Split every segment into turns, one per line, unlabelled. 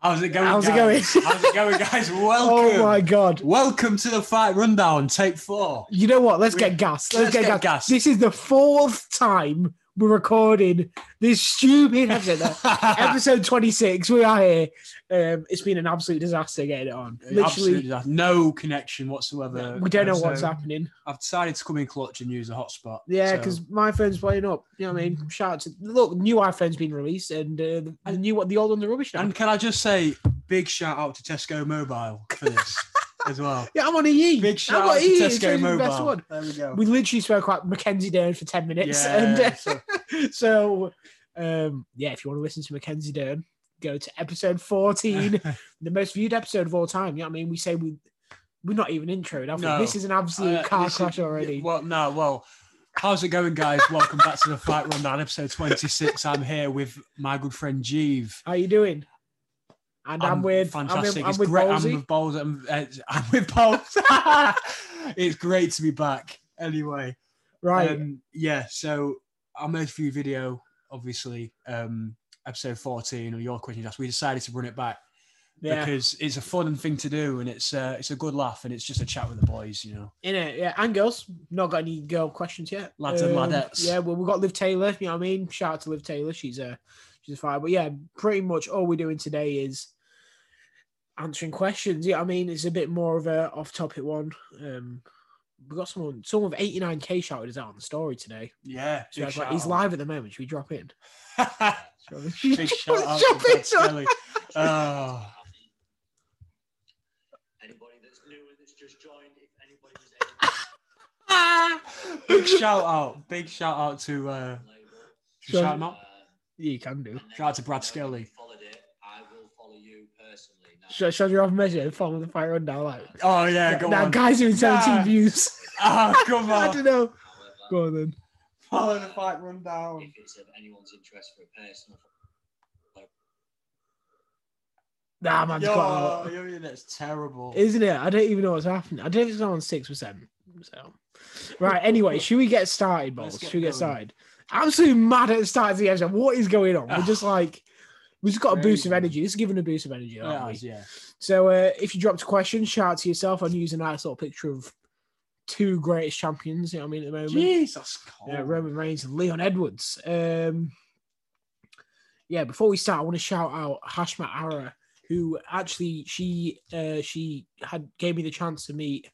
How's it going?
How's it
guys?
going?
How's it going, guys? Welcome.
Oh my god.
Welcome to the fight rundown, take four.
You know what? Let's
We-
get gas. Let's,
let's
get,
get
gas.
gassed.
This is the fourth time we're recording this stupid episode. No, episode 26. We are here. Um, it's been an absolute disaster getting it on. Literally,
Absolutely no connection whatsoever.
we don't know what's
So
happening.
I've decided to come in clutch and use a hotspot.
Yeah,
So-
because my phone's playing up. You know what I mean? Shout out to look, new iPhone's been released, and uh, the new what the old one the rubbish. now.
and can I just say big shout out to Tesco Mobile for this as well.
yeah, I'm on a E.
Big shout
I'm on
out to
EE. It's
Tesco
really the
Mobile.
best one.
There we go.
We literally spoke about Mackenzie Dern for 10 minutes. And,
yeah, so
so um yeah if you want to listen to mackenzie dern go to episode 14 the most viewed episode of all time you know what i mean we say we we're not even introed have we?
No.
this is an absolute
Uh,
car
this is-
crash already
Well, no, well, how's it going, guys? Welcome back to the Fight Rundown, episode 26. I'm here with my good friend Jeeve.
how you doing and i'm, with
fantastic.
i'm
it's
with,
great.
I'm with
I'm
Ballsy.
with Bowles. I'm, uh, I'm with Bowles. it's great to be back. Anyway,
right
um, yeah. So I made a few video, obviously, um, episode 14 or your question asked. We decided to run it back
yeah
because it's a fun thing to do and it's uh, it's a good laugh and it's just a chat with the boys, you know.
in it yeah and girls not got any girl questions yet Um,
Lads and ladettes.
yeah well we've got liv taylor you know what i mean shout out to liv taylor she's a she's a fire but yeah pretty much all we're doing today is answering questions yeah i mean it's a bit more of a off topic one um we got someone someone with 89k shouted us out on the story today
Yeah,
so I was like, he's live at the moment should we drop in
live.
Shall we-
Big shout out
Shall
to
we
Brad Skelly. Oh,
Anybody that's new and that's just joined, if anybody was able
big shout out. Big shout out to uh,
to label,
should we shout him
uh,
out.
yeah you can do
and then
Shout out to
you
Brad
know, if
Skelly.
you Followed it. I will follow you personally. Now,
shall, shall we have measure follow the fire rundown like
Oh yeah, go
now
on.
guys doing 17
Nah.
views
Oh come
i
on.
don't know
however,
go on then
Follow the fight rundown.
if it's of anyone's interest for a personal,
nah man's got out.
Yo, yo, yo, that's terrible.
isn't it? I don't even know what's happening. I don't know if it's on six percent. So, right. Anyway, should we get started,
Let's
Balls?
get
Should we get
going.
started? Absolutely mad at the start of the episode. What is going on? We're just like, we just got a boost of
Crazy.
energy. It's given a boost of energy.
Yeah,
aren't we?
yeah.
So, uh, if you dropped a question, shout out to yourself. I'm using a nice little picture of two greatest champions. You know what I mean? At the moment,
Jesus.
yeah,
Colin.
Roman Reigns and Leon Edwards. Um, yeah, before we start, I want to shout out Hashma Ara, who actually she uh, she had gave me the chance to meet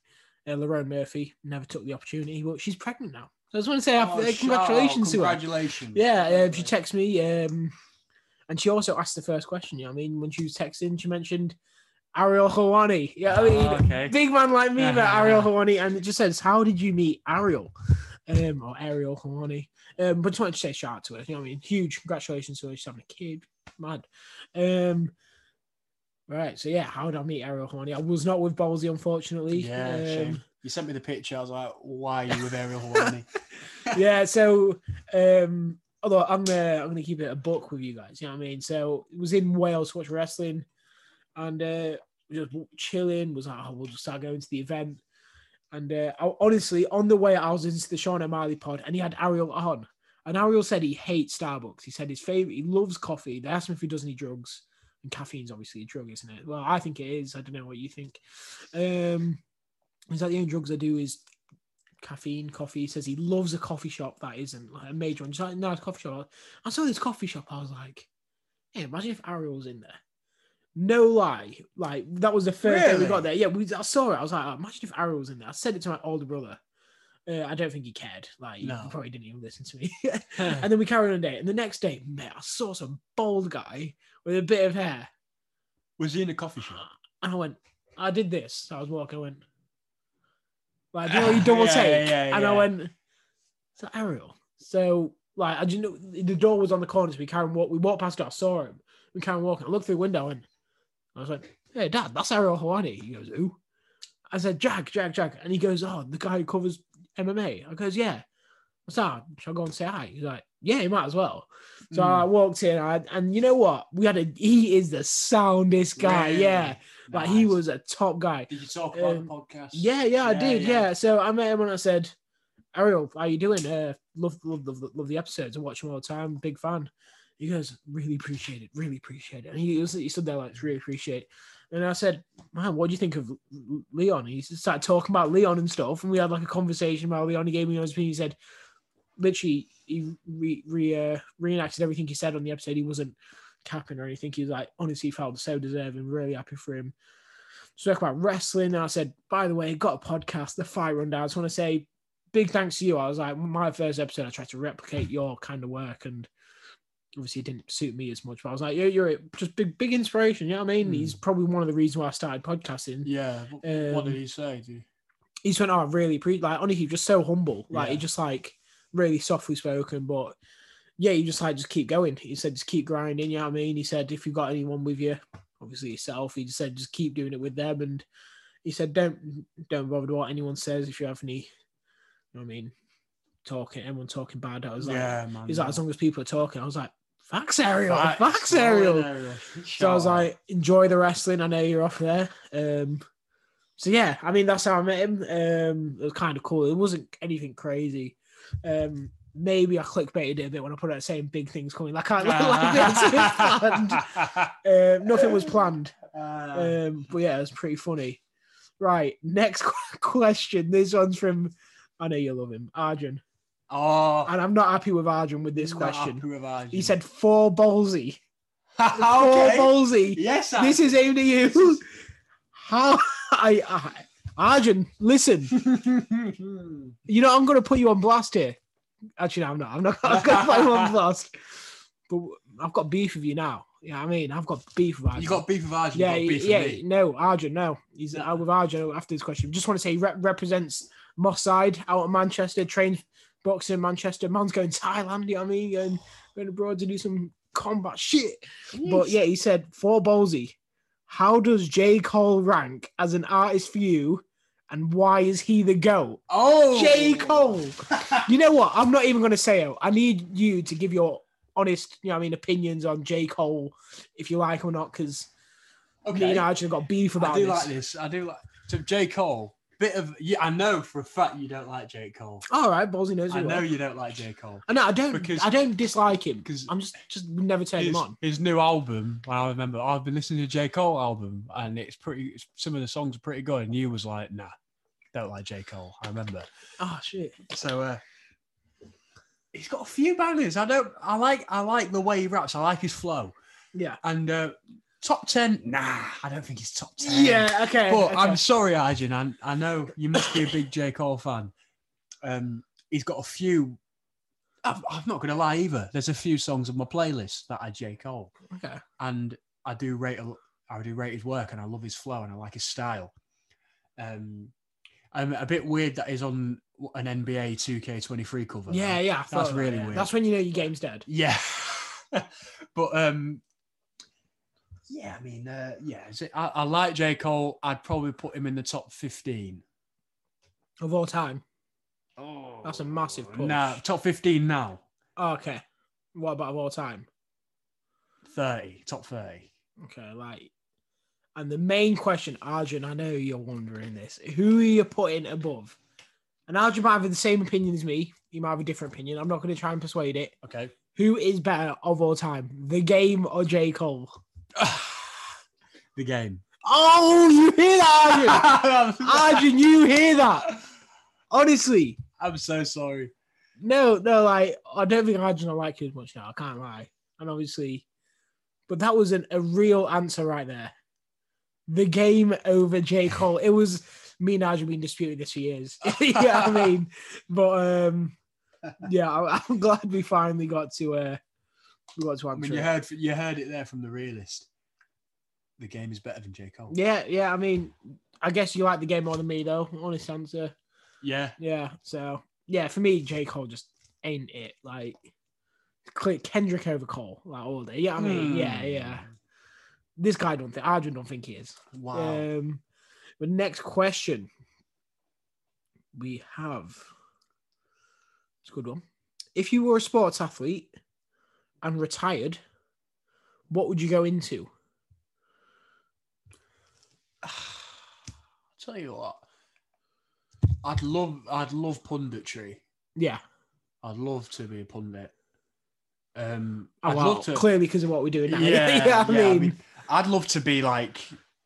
uh, Lerone Murphy. Never took the opportunity, but she's pregnant now. So I just want to say uh,
Oh, shout out,
congratulations to her.
Congratulations.
Yeah, um, she texted me, um, and she also asked the first question. You know what I mean? When she was texting, she mentioned Ariel Hawani. Yeah, I mean,
Oh, okay. Uh-huh.
big man like me about Ariel Hawani, and it just says, "How did you meet Ariel?" Um, or Ariel Hawani. Um, but just wanted to say shout out to her. You know what I mean? Huge congratulations to her. She's having a kid. Mad. Um, right. So yeah, how did I meet Ariel Hawani? I was not with Ballsy, unfortunately.
Yeah,
Um,
shame. You sent me the picture. I was like, why are you with Ariel Hawani?
yeah, so um although I'm gonna I'm gonna keep it a book with you guys, you know what I mean? So it was in Wales to watch wrestling and uh we just w- chilling, was like, oh, we'll just start going to the event. And uh, I, honestly, on the way, I was into the Sean O'Malley pod and he had Ariel on. And Ariel said he hates Starbucks. He said his favorite, he loves coffee. They asked him if he does any drugs. And caffeine's obviously a drug, isn't it? Well, I think it is. I don't know what you think. Um, he's like, the only drugs I do is caffeine, coffee. He says he loves a coffee shop that isn't like a major one. Just like, no, it's a coffee shop. I saw this coffee shop. I was like, hey, imagine if Ariel was in there. No lie. Like, that was the first day we
Really?
got there. Yeah, we, I saw it. I was like, "Oh, imagine if Ariel was in there. I said it to my older brother. Uh, I don't think he cared. Like, he
No.
probably didn't even listen to me. and then we carried on a day. And the next day, mate, I saw some bald guy with a bit of hair.
Was he in a coffee shop?
And I went, I did this. I was walking. I went, like, you know, you double
Yeah,
take.
yeah,
and I
yeah.
went, so Ariel. So, like, I didn't know the door was on the corner. So we carried on walk. We walked past it. I saw him. We carried on walking. I looked through the window and I was like, hey, dad, that's Ariel Hawani. He goes, who? I said, Jack, Jack, Jack. And he goes, oh, the guy who covers MMA. I goes, yeah. What's that? Shall I go and say hi? He's like, yeah, you might as well. So
Mm.
I walked in, I, and you know what? We had a. He is the soundest guy.
Really?
Yeah, Like he
Nice.
was a top guy.
Did you talk about
Um,
the podcast?
Yeah, yeah, I
Yeah,
did. Yeah.
yeah.
So I met him and I said, Ariel, how you doing? Uh, love, love, love, love the episodes. I watch them all the time. Big fan. He goes, really appreciate it. Really appreciate it. And he, was, he stood there like, really appreciate it. And I said, man, what do you think of L- L- Leon? He started talking about Leon and stuff. And we had like a conversation about Leon. He gave me his opinion. He said, literally, he re, re, uh, reenacted everything he said on the episode. He wasn't capping or anything. He was like, honestly, felt so deserving. Really happy for him spoke about wrestling. And I said, by the way, got a podcast, The Fight Rundown. I just want to say big thanks to you. I was like, my first episode, I tried to replicate your kind of work. And obviously, it didn't suit me as much. But I was like, you're, you're a- just big, big inspiration. You know what I mean?
Hmm.
He's probably one of the reasons why I started podcasting Um,
Yeah. What, what did he say? Do you-
he just went, "Oh, I really appreciate." Like honestly, just so humble. Like
Yeah.
he just like really softly spoken, but yeah, you just like just keep going. He said, just keep grinding. You know what I mean? He said, if you've got anyone with you, obviously yourself, he just said, just keep doing it with them. And he said, don't don't bother what anyone says if you have any. You know what I mean? Talking, anyone talking bad. I was like,
yeah, man.
he's like, as long as people are talking, I was like, facts, Ariel,
Facts,
facts,
Lord
Ariel.
Ariel.
So I was like, enjoy the wrestling. I know you're off there. Um, so yeah, I mean that's how I met him. Um, it was kind of cool. It wasn't anything crazy. Um, maybe I clickbaited it a bit when I put out saying big things coming. Like I like it was planned. Um, nothing was planned.
Uh,
Um, but yeah, it was pretty funny. Right, next question. This one's from. I know you love him, Arjun,
oh,
and I'm not happy with Arjun with this
not
question.
happy with Arjun.
He said four ballsy,
okay.
four ballsy.
Yes, I-
This is aimed at you. How I, I Arjun, listen. You know I'm gonna put you on blast here. Actually, no, I'm not. I'm not. I'm gonna put you on blast. But I've got beef with you now. Yeah, I mean, I've got beef with Arjun.
you got beef with Arjun.
yeah,
you got beef
yeah.
with me.
No, Arjun, no. He's
No.
out with Arjun after this question. Just want to say, he rep- represents Moss Side out of Manchester. Trains boxing in Manchester. Man's going Thailand. You know what I mean? Going, going abroad to do some combat shit. But yeah, he said for Ballsy, how does J. Cole rank as an artist for you? And why is he the GOAT?
Oh,
J. Cole. You know what? I'm not even gonna say it. I need you to give your honest, you know what I mean, opinions on J. Cole, if you like or not, because me
Okay.
and Arjun got beef
I
about
do
this.
like this. I do like so J Cole. Bit of yeah, I know for a fact you don't like J Cole.
All right, Ballsy knows
I
who
know
know.
you don't like J Cole.
I know I don't
because-
I don't dislike him.
'cause
I'm just just would never turn
his,
him on.
his new album, I remember I've been listening to J Cole album, and it's pretty. It's, some of the songs are pretty good, and you was like, nah, don't like J Cole. I remember.
Oh shit.
So uh, he's got a few bangers. I don't. I like. I like the way he raps. I like his flow.
Yeah.
And uh, top ten, nah, I don't think he's top ten.
Yeah, okay.
But
okay.
I'm sorry, Arjun. I, I know you must be a big J. Cole fan. Um, he's got a few. I'm, I'm not going to lie either. There's a few songs on my playlist that are J. Cole,
okay.
and I do rate. a- I do rate his work, and I love his flow, and I like his style. Um, I'm a bit weird that he's on an NBA 2K23 cover.
Yeah, yeah. I thought
That's
that,
really
yeah.
weird.
That's when you know your game's dead.
Yeah. but um yeah, I mean, uh, yeah, is it- I, I like J. Cole. I'd probably put him in the top 15.
Of all time.
Oh,
That's a massive push.
Nah, top 15 now.
Oh, okay. What about of all time?
30, top 30.
Okay, like, and the main question, Arjun, I know you're wondering this. Who are you putting above? And Arjun might have the same opinion as me. He might have a different opinion. I'm not going to try and persuade it.
Okay.
Who is better of all time, The Game or J. Cole?
the game.
Oh, you hear that, Arjun?
I'm
Arjun, you hear that? Honestly,
so sorry.
No, no, like I don't think Arjun I like you as much now. I can't lie, and obviously, but that was an, a real answer right there. The game over J Cole. It was me and Arjun been disputing this for years. yeah, I mean, but um, yeah, I, I'm glad we finally got to uh, we got to
I
answer.
mean, you
it.
heard you heard it there from the realist. The game is better than J. Cole.
yeah, yeah. I mean, I guess you like the game more than me, though. Honest answer.
Yeah.
Yeah. So yeah, for me, J Cole just ain't it. Like Cle- Kendrick over Cole, like all day. Yeah, I mean, yeah,
Hmm.
yeah. This guy don't think Arjun don't think he is.
Wow.
Um, but next question we have. It's a good one. If you were a sports athlete and retired, what would you go into?
I'll tell you what. I'd love I'd love punditry.
Yeah.
I'd love to be a pundit. Um
Oh,
I'd
well,
love to
Clearly, because of what we're doing now.
yeah,
you know
yeah,
what I mean,
I'd love to be like,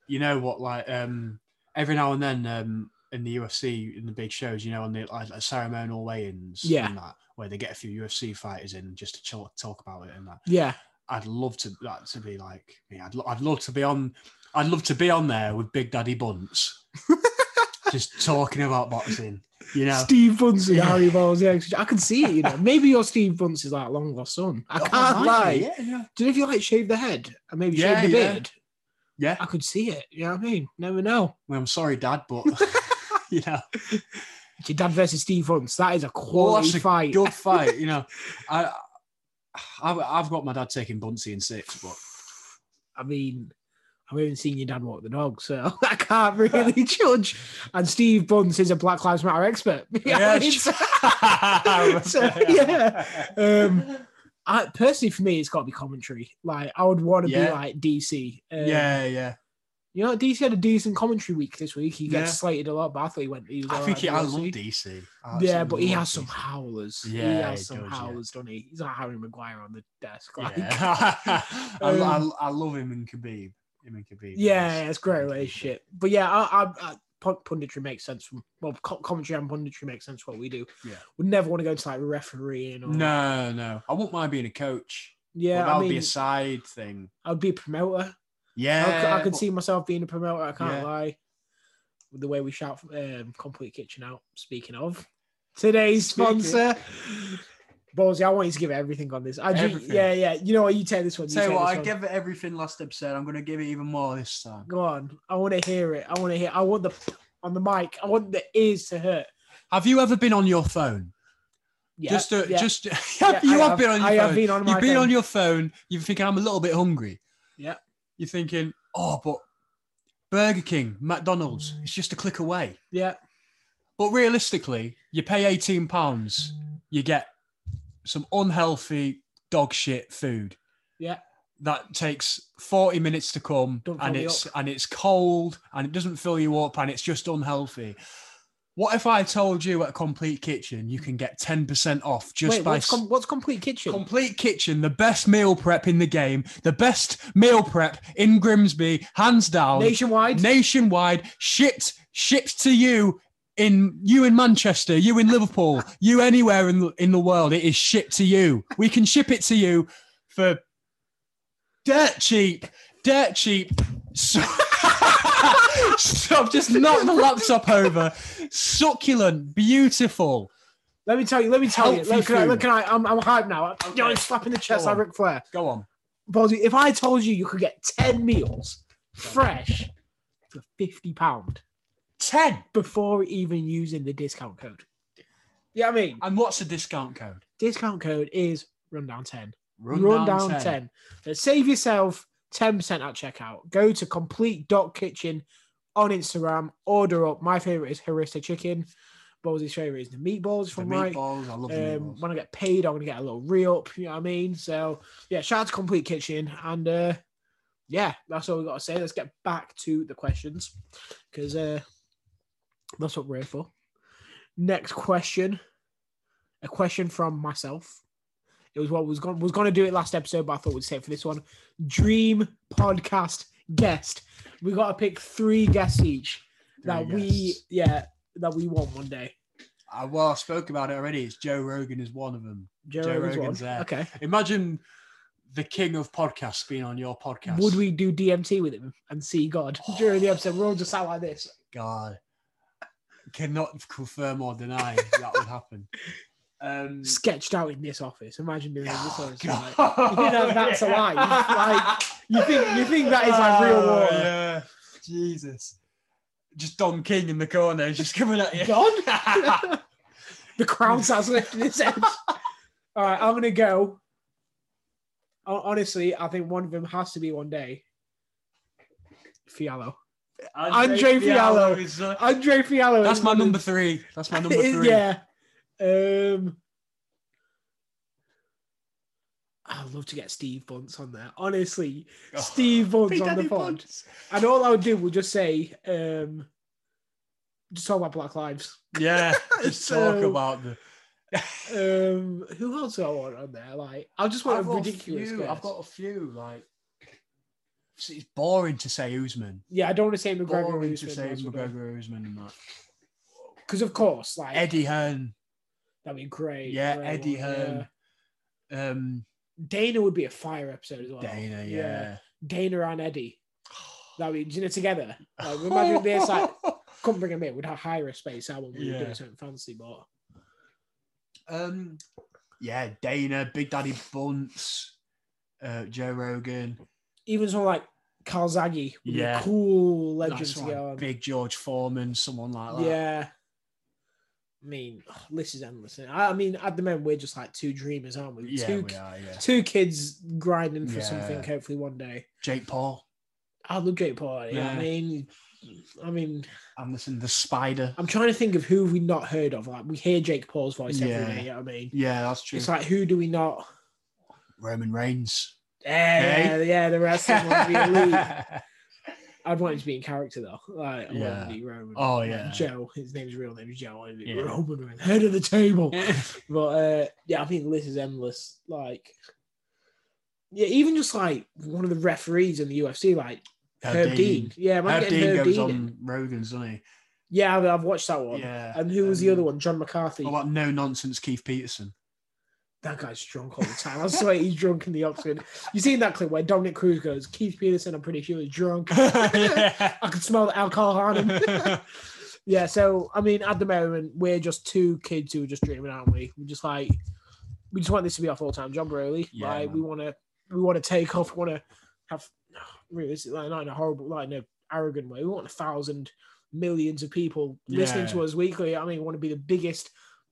you know what, like um, every now and then um, in the UFC in the big shows, you know, on the like, like ceremonial weigh-ins,
Yeah.
and that, where they get a few UFC fighters in just to chill, talk about it and that.
yeah,
I'd love to that to be like, yeah, I'd, lo- I'd love to be on, I'd love to be on there with Big Daddy Bunce, just talking about boxing, you know.
Steve Bunsen,
Yeah.
Harry Balls. Yeah, I can see it. You know, maybe your Steve Bunce is like long lost son. I can't
Oh,
lie.
Yeah, yeah.
Do you know if you like shave the head and maybe
Yeah,
shave the
yeah.
beard?
Yeah.
I could see it. You know what I mean? Never know.
Well, I'm sorry, Dad, but you know.
It's your dad versus Steve Bunce. That is a
Well,
quality
that's a
fight.
good fight. You know, I, I I've got my dad taking Buncey in six, but
I mean, I've even seen your dad walk the dog, so I can't really judge. And Steve Bunce is a Black Lives Matter expert. You know what I mean? So- So, yeah. Um, I, personally, for me, it's got to be commentary. Like, I would want to
Yeah.
be like DC. Um,
yeah, yeah.
You know, DC had a decent commentary week this week. He gets
Yeah.
slated a lot, but I thought he went. He was
I
all
think
right
he,
for
I
this
love
week.
DC. I
Yeah, but he
absolutely
has some
love DC.
howlers. he
Yeah,
has
he
some
does, yeah.
howlers, doesn't he? He's like Harry Maguire on the desk. Like,
Yeah. I, lo- I,
Um,
lo- I love him and Khabib. Him and Khabib.
Yeah, it's a great
Khabib.
relationship. But yeah, I, I, I, pun- punditry makes sense. From, well, co- commentary and punditry makes sense. What we do,
Yeah.
we never want to go into like refereeing. Or,
No, no. I wouldn't mind being a coach. but
yeah,
that
I
would
mean,
be a side thing.
I would be a promoter. I
Yeah,
could- I, could
but-
see myself being a promoter. I can't
Yeah.
lie. With the way we shout from um, Complete Kitchen out. Speaking of today's
Speaking.
sponsor. Ballsy, I want you to give everything on this. I do,
Everything.
yeah, yeah. You know what? You take this one. You
Tell you
take
what,
this
I
one.
gave it everything last episode. I'm going to give it even more this time.
Go on. I want to hear it. I want to hear. I want the on the mic. I want the ears to hurt.
Have you ever been on your phone?
Yeah,
just to,
yeah.
just
Yeah,
you
I
have, been on your
I
phone.
have been on my
You've been
phone.
on your phone. You're thinking, I'm a little bit hungry.
Yeah.
You're thinking, oh, but Burger King, McDonald's, it's just a click away.
yeah,
But realistically, you pay 18 pounds, you get some unhealthy dog shit food.
Yeah.
That takes 40 minutes to come
Don't fill
and
me
it's and it's cold and it doesn't fill you up and it's just unhealthy. What if I told you at Complete Kitchen you can get 10% off just
Wait,
by
what's, com- what's complete kitchen?
Complete Kitchen, the best meal prep in the game, the best meal prep in Grimsby, hands down,
Nationwide.
nationwide, shipped, shipped to you in you in Manchester, you in Liverpool, you anywhere in the, in the world. It is shipped to you. We can ship it to you for dirt cheap, dirt cheap. So, so I've just knocked the laptop over. Succulent, beautiful.
let me tell you. Let me tell you.
Healthy
Look, can I,
food.
look, can I, I'm, I'm hyped now. I'm
Okay.
slapping the chest
Go
like
on.
Ric Flair.
Go on.
Ballsy, if I told you you could get ten meals fresh for fifty pound
10.
before even using the discount code. Yeah, I mean,
And what's the discount code?
discount code is rundown ten. Run, down, 10. So save yourself 10% at checkout. Go to complete dot kitchen on Instagram. Order up. My favorite is harissa chicken. Ballsy's favorite is the meatballs,
The
from right.
meatballs, I love the
Um,
meatballs.
when I get paid, I'm gonna get a little re up. You know what I mean? So yeah, shout out to Complete Kitchen, and uh, yeah, that's all we gotta say. Let's get back to the questions because uh, that's what we're here for. Next question, a question from myself. It was what was going was gonna do it last episode, but I thought we'd save it for this one. Dream podcast guest. We gotta pick three guests each that
Three
we
guests.
yeah that we want one day.
Uh, well, I spoke about it already. It's Joe Rogan is one of them.
Joe,
Joe
Rogan's
Rogan's
one.
there.
Okay.
Imagine the king of podcasts being on your podcast.
Would we do DMT with him and see God
Oh.
during the episode? We're all just sat like this.
God, cannot confirm or deny that would happen. Um,
Sketched out in this office. Imagine doing this.
oh,
Office.
God.
Like, You know, that's a lie. Like, you think you think that is like real
Oh,
war?
yeah. Jesus. Just Don King in the corner, he's just coming at you.
God, the crowd starts lifting its head. All right, I'm gonna go. Hon- Honestly, I think one of them has to be one day. Fiallo, Andre Fiallo.
is, uh,
Andre Fiallo.
That's
is
my
one of-
number three. That's my number
It is-
three.
Yeah. Um. I'd love to get Steve Bunce on there. Honestly,
Oh,
Steve Bunce
Big
on
Daddy
the pod.
Buns.
And all I would do would just say, um, just talk about Black Lives.
Yeah, just talk
So-
about the.
Um, who else do I want on there? Like, I just want
I've
a
got a
ridiculous.
few.
guest.
I've got a few. Like, it's it's boring to say Usman.
Yeah, I don't want to say McGregor.
Boring to say McGregor Usman and that.
Because of course, like
Eddie Hearn.
that'd be great.
Yeah,
great
Eddie
one, yeah.
Hearn. Um,
Dana would be a fire episode as well.
Dana.
yeah.
Yeah.
Dana and Eddie. That'd be you know, together. Like, imagine this like couldn't bring him in. We'd have higher space. I wouldn't really
Yeah.
do something fancy, but
Um, yeah, Dana, Big Daddy Bunce, uh, Joe Rogan,
even someone like Carl Zaggy would be a
Yeah.
cool legend
that's
to
right,
get on.
Big George Foreman, someone like that.
Yeah. I mean, oh, this is endless. I I mean, at the moment, we're just like two dreamers, aren't we?
yeah,
two,
we are. Yeah,
two kids grinding for
Yeah.
something, hopefully, one day.
Jake Paul,
I love Jake Paul. Yeah. I
Yeah.
mean, I mean,
Anderson, the Spider.
I'm trying to think of who have we not heard of. Like, we hear Jake Paul's voice every
Yeah.
day. You know what I mean?
Yeah, that's true.
It's like, who do we not?
Roman Reigns.
Yeah, yeah,
Hey.
yeah, the rest of them would be elite. I'd want him to be in character though. Like, I want him
Yeah.
to be Roman.
Oh,
Like,
yeah.
Joe. His name's real name is Joe. I want him to be
Yeah.
Roman Reigns, head of the table. but uh, yeah, I think the list is endless. Like, yeah, even just like one of the referees in the UFC, like Herb, Dean. Yeah, I'm
Herb
getting
Dean
Herb
goes
Dean. in.
on Rogan's, doesn't he?
Yeah, I've, I've watched that one.
Yeah.
And who was the
Um,
other one? John McCarthy.
What about no nonsense Keith Peterson?
That guy's drunk all the time. I swear he's drunk in the Oxford. You seen that clip where Dominic Cruz goes, Keith Peterson, I'm pretty sure is drunk.
yeah.
I can smell the alcohol on him. Yeah, so I mean, at the moment, we're just two kids who are just dreaming, aren't we? We're just like, we just want this to be our full time job, really.
Yeah,
like, we want to, we want to take off, want to have, realistically, like, not in a horrible, like, in a arrogant way. We want a thousand millions of people listening
Yeah.
to us weekly. I mean, we want to be the biggest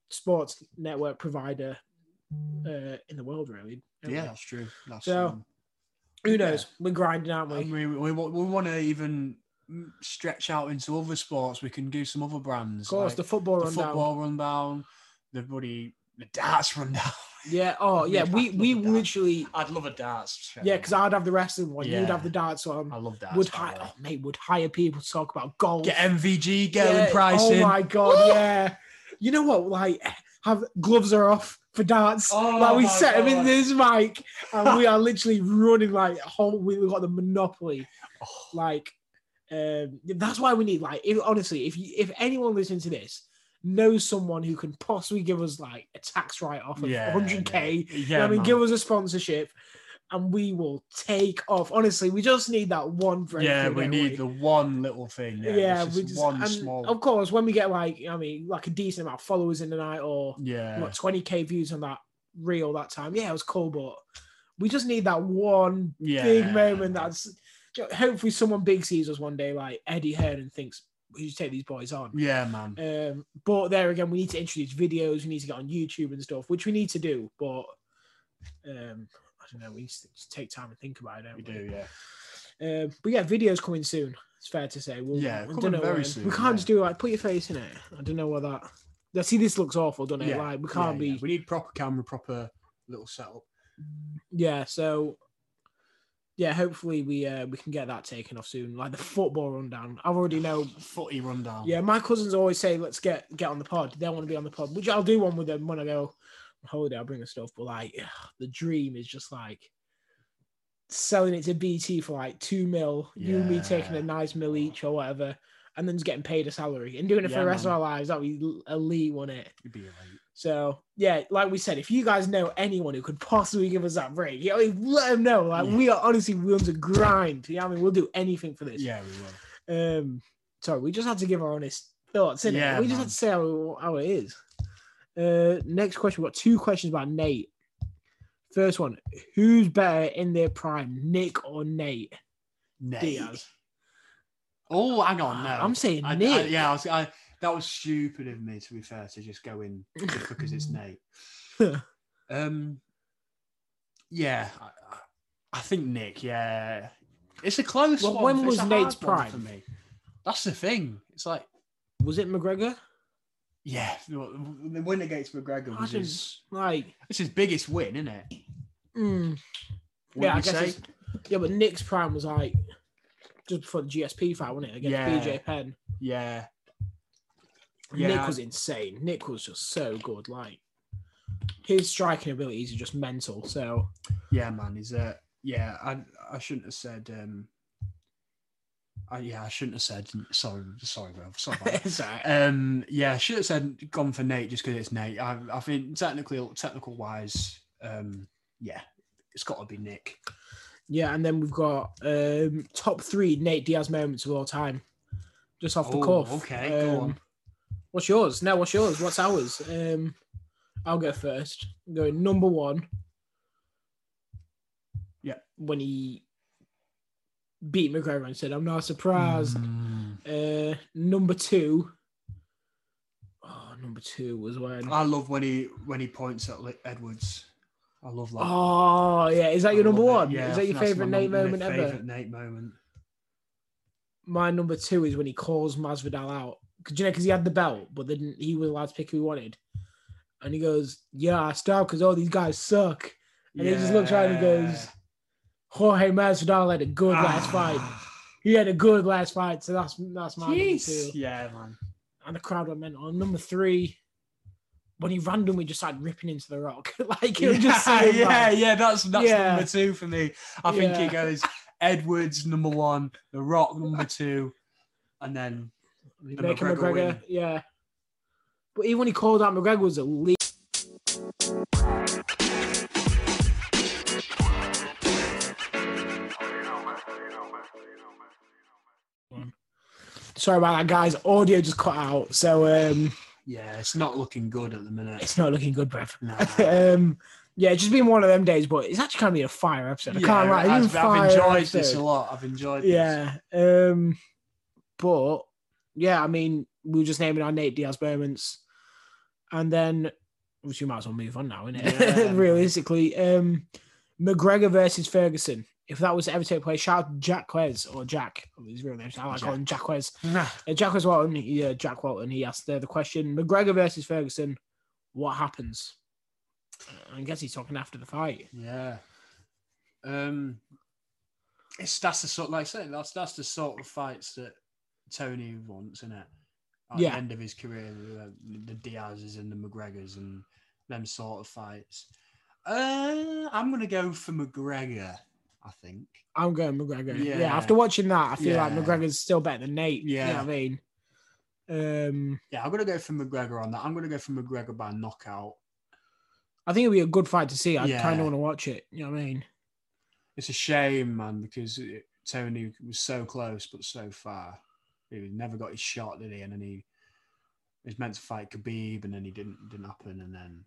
sports network provider uh, in the world, really. don't we?
yeah, that's true. That's,
So,
um,
Who knows? We're grinding, aren't we?
And we, we, wa- we want to even mm, stretch out into other sports. We can do some other brands.
of course,
like
the football
the
rundown.
football rundown, the bloody the darts rundown.
Yeah. Oh, yeah.
We'd
We
have
we
to do that.
literally.
I'd love a darts. show.
Yeah, because I'd have the wrestling one. You'd
Yeah.
have the darts one.
I love darts.
would
by
hire,
the way.
oh, mate, would hire people to talk about golf.
Get MVG, Galen
Yeah,
Price in.
Oh my god, yeah. You know what? Like, have gloves are off for darts.
Oh
like we
my
set them in
God.
this mic, and we are literally running like a whole. We've got the monopoly.
Oh,
Like, um, that's why we need. Like, if, honestly, if you, if anyone listening to this knows someone who can possibly give us like a tax write off of
yeah,
100k,
Yeah,
I mean,
man.
give us a sponsorship, and we will take off. Honestly, we just need that one break.
yeah, we need the one little thing. Yeah,
yeah,
just
we just
one
and oh,
small.
Of course, when we get like I mean, like a decent amount of followers in the night, or
yeah,
what twenty k views on that reel that time. Yeah, it was cool, but we just need that one
yeah.
big moment. That's you know, hopefully someone big sees us one day, like Eddie Hearn, and thinks we should take these boys on.
yeah, man.
Um, but there again, we need to introduce videos. We need to get on YouTube and stuff, which we need to do. But um, I don't know. We need to just take time and think about it. Don't
We
we,
do, yeah.
Um, but yeah, videos coming soon. It's fair to say. We'll,
Yeah,
we
coming very
when.
soon,
We can't
yeah.
just do like put your face in it. I don't know what that. Now, see, this looks awful, doesn't it?
Yeah,
Like we can't
Yeah,
be.
yeah. We need proper camera, proper little setup.
Yeah, so yeah, hopefully we uh, we can get that taken off soon. Like the football rundown. I've already know
Footy rundown.
Yeah, my cousins always say, "Let's get get on the pod." They want to be on the pod, which I'll do one with them when I go on holiday. I'll bring the stuff, but like the dream is just like selling it to BT for like two mil, you and me taking a
Yeah.
nice mil each or whatever, and then just getting paid a salary and doing it for
Yeah,
the rest
man.
of our lives. That'd be elite, wouldn't it?
You'd be late.
So yeah, like we said, if you guys know anyone who could possibly give us that break, you know, let them know. Like
Yeah.
we are honestly willing to grind. You know what I mean, we'll do anything for this.
Yeah, we will.
Um, sorry, we just had to give our honest thoughts, innit?
Yeah,
we just
man.
had to say how, how it is. Uh, next question. We've got two questions about Nate. First one Who's better in their prime, Nick or Nate
Nate.
Diaz?
Oh, hang on. No.
I'm saying
I, I-
Nick.
yeah, I was, I, that was stupid of me, to be fair, to just go in just because it's Nate. um, yeah, I, I- I think Nick. Yeah, it's a close
Well,
one.
when
It's
was
a hard
Nate's
one
prime?
for me? That's the thing. It's like
Was it McGregor?
yeah, the the win against McGregor
I
was
don't-
his.
Like,
It's his biggest win, isn't it?
Mm.
Wouldn't
I
you
guess
say?
it's- Yeah, but Nick's prime was like just before the GSP fight, wasn't it? Against
Yeah.
BJ Penn.
Yeah.
Nick
Yeah.
was insane. Nick was just so good. Like his striking abilities are just mental. So
Yeah, man. Is that yeah, I I shouldn't have said um I, yeah, I shouldn't have said sorry sorry, bro. Sorry about that.
it's all right.
Um, yeah, I should have said gone for Nate just because it's Nate. I, I think technically, technical wise, um, yeah, it's got to be Nick.
yeah, and then we've got um top three Nate Diaz moments of all time. Just off the
Oh,
cuff.
okay, go
Um,
on.
What's yours? No, what's yours? What's ours? Um I'll go first. I'm going number one.
Yeah.
When he beat McGregor and said, I'm not surprised.
Mm.
Uh, number two. Oh, number two was when.
I love when he when he points at Li- Edwards. I love that.
Oh, yeah. Is that your
I
number
love it.
one?
Yeah, I
is that
think
your
that's
favorite
my
Nate
num-
moment ever?
Favorite Nate moment.
My number two is when he calls Masvidal out. 'Cause, you know, because he had the belt, but then he was allowed to pick who he wanted. And he goes, "Yeah, I stopped because all these guys suck." And he just looks around and goes, Jorge Masvidal had a good
Ah.
last fight. He had a good last fight, so that's that's my number two.
Jeez. Yeah, man.
and the crowd went mental. And number three, when he randomly just started ripping into the rock, like it was just so
yeah,
bad.
yeah, yeah, that's that's
Yeah.
number two for me. I think
Yeah.
it goes Edwards number one, The Rock number two, and then The
Making
McGregor
McGregor,
win.
yeah. But even when he called out McGregor was a lead. Sorry about that, guys. Audio just cut out, so um,
yeah, it's not looking good at the minute.
it's not looking good, bruv.
No.
um, yeah, it's just been one of them days, but it's actually kind of been a fire episode. I can't lie.
Yeah,
it's
I've,
been a
I've
fire
enjoyed
episode.
this a lot. I've enjoyed this.
Yeah. Um, but yeah, I mean, we were just naming our Nate Diaz moments, and then which you might as well move on now, innit?
Yeah.
Realistically, um, McGregor versus Ferguson. If that was to ever take place, shout out Jack Quez or Jack, his real name. I like calling him Jack Quez.
Nah.
Uh, Jack Quez Walton. Yeah, Jack Walton. He asked uh, the question: McGregor versus Ferguson. What happens? Uh, I guess he's talking after the fight.
Yeah. Um, it's that's the sort, like I said, that's that's the sort of fights that Tony wants, isn't it? At
Yeah.
the end of his career, the, the Diaz's and the McGregors and them sort of fights. Uh, I'm gonna go for McGregor. I think.
I'm going McGregor. Yeah.
Yeah.
after watching that, I feel like
Yeah.
McGregor's still better than Nate. Yeah. You
Yeah.
know what I mean? Um,
Yeah, I'm gonna go for McGregor on that. I'm gonna go for McGregor by knockout.
I think it'd be a good fight to see. I
Yeah.
kind of want to watch it. You know what I mean?
It's a shame, man, because it, Tony was so close but so far. He never got his shot, did he? And then he was meant to fight Khabib, and then he didn't didn't happen, and then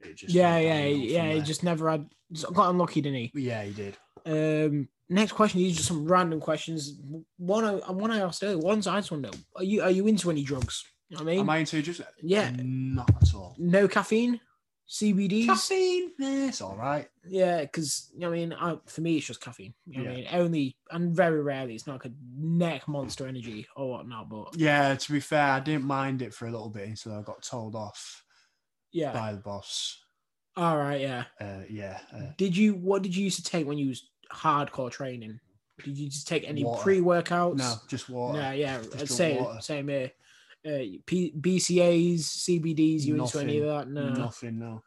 it just
yeah,
went
yeah,
downhill from
yeah. He
there.
just never had. Just got unlucky, didn't he?
yeah, he did.
Um, next question. These are just some random questions. One, I one I asked earlier. One's I just want to know: Are you are you into any drugs? You know what I mean?
Am I into just
yeah.
not at all.
No caffeine, CBDs.
Caffeine, eh, it's all right.
Yeah, because you know, what I mean, I, for me, it's just caffeine. You know what I
Yeah.
mean, only and very rarely it's not like a neck monster energy or whatnot. But
Yeah, to be fair, I didn't mind it for a little bit until I got told off
yeah,
by the boss.
all right, yeah.
Uh, yeah, uh,
Did you? What did you used to take when you was hardcore training? Did you just take any
Water.
pre workouts?
no, just water.
no, yeah,
drink
same,
water.
same here. Uh, P- BCAs, CBDs, you into any of that? No,
Nothing, no.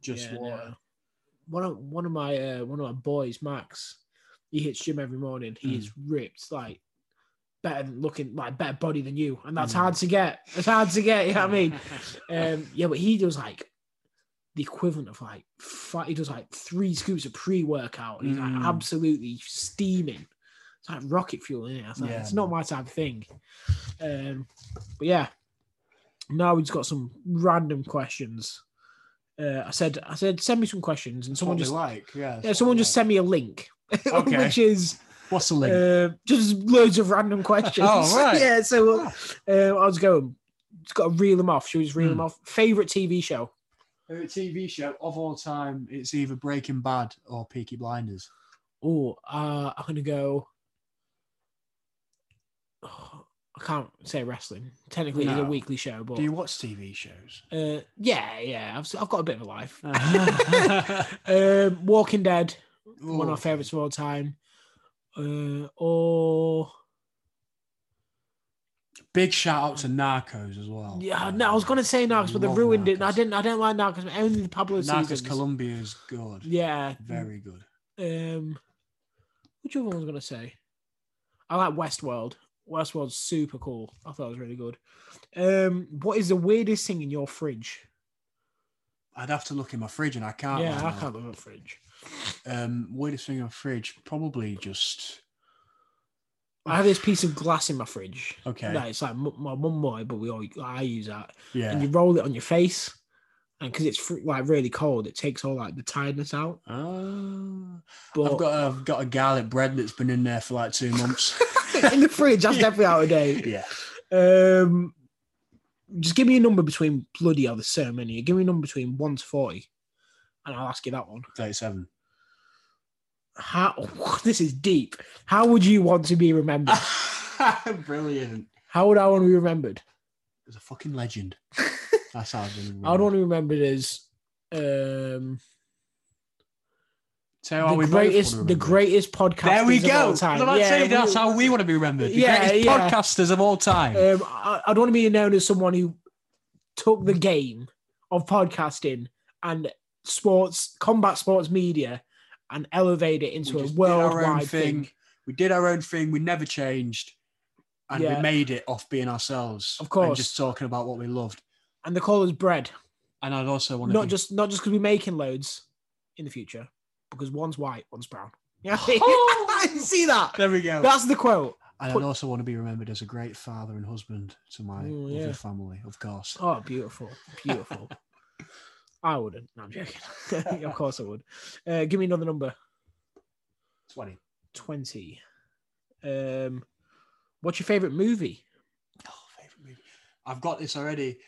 Just
Yeah, no.
water.
One of one of my uh, one of my boys, Max, he hits gym every morning. He is ripped, like better than looking, like better body than you, and that's
Mm.
hard to get. It's hard to get. You know what I mean? Um, yeah, but he does like the equivalent of like fi he does like three scoops of pre workout. He's like
Mm.
absolutely steaming. It's like rocket fuel. Isn't it? It's, like,
Yeah,
it's not my type of thing. Um, but yeah, now we've just got some random questions. Uh, I said, I said, send me some questions, and someone
What we
just
like, yeah. that's
yeah,
what
someone
we
just
like.
sent me a link,
Okay.
which is
What's the link?
uh, just loads of random questions.
Oh, right. Ah.
yeah. So uh, I was going. Just got to reel them off. Should we just reel them
Hmm.
off? Favorite TV show.
Favorite TV show of all time? It's either Breaking Bad or Peaky Blinders.
Oh, uh, I'm gonna go. Oh, I can't say wrestling. Technically, it's a
No.
weekly show, but
Do you watch TV shows?
uh, yeah, yeah, I've, s- I've got a bit of a life.
Uh,
Um, Walking Dead, one of
Ooh.
my favorites of all time, uh, or
Big shout out to Narcos as well.
yeah, no, I was gonna say Narcos, but they
Oh, Love
ruined it. I
Narcos.
didn't, I didn't like Narcos. but Only the Pablo
Narcos
seasons.
Colombia is good.
Yeah,
Very good.
Um, which other one was I gonna say? I like Westworld. Westworld's super cool. I thought it was really good. Um, what is the weirdest thing in your fridge?
I'd have to look in my fridge and I can't.
yeah,
right
I
now.
can't remember fridge.
Um, weirdest thing in my fridge, probably just
I have this piece of glass in my fridge.
okay.
That it's like mu- my mum boy, but we all I use that, and
Yeah.
you roll it on your face, and because it's fr- like really cold, it takes all like the tiredness out.
Ah.
But
I've got a, I've got a garlic bread that's been in there for like two months.
in the fridge, that's
Yeah.
definitely out of date.
yeah.
Um, just give me a number between bloody hell, there's so many. Give me a number between one to forty, and I'll ask you that one.
Thirty-seven.
How this is deep. How would you want to be remembered?
Brilliant.
How would I want to be remembered?
It's a fucking legend. That's how I've been.
I would want to be remembered as um,
Tell you how
the
we both
greatest,
want
the
to remember.
greatest podcast.
There we
Of
go.
all time.
Well, I'd say
we-
that's how we want to be remembered. The
Yeah,
greatest
yeah.
podcasters of all time.
Um, I, I'd want to be known as someone who took the game of podcasting and sports, combat sports media, and elevated it into
We
a
just did our own
worldwide
thing.
thing.
we did our own thing. We never changed, and
Yeah.
we made it off being ourselves.
Of course.
and just talking about what we loved.
And the call is bread.
And I'd also want to
Not
be-
just not just because we're making loads in the future, because one's white, one's brown. Yeah,
Oh!
I see that.
There we go.
That's the quote.
and
put-
I'd also want to be remembered as a great father and husband to my
Ooh,
lovely
yeah.
family, of course.
Oh, beautiful, beautiful. I wouldn't. No, I'm joking. of course I would. Uh, give me another number.
Twenty.
Twenty. Um, what's your favorite movie?
Oh, favorite movie. I've got this already.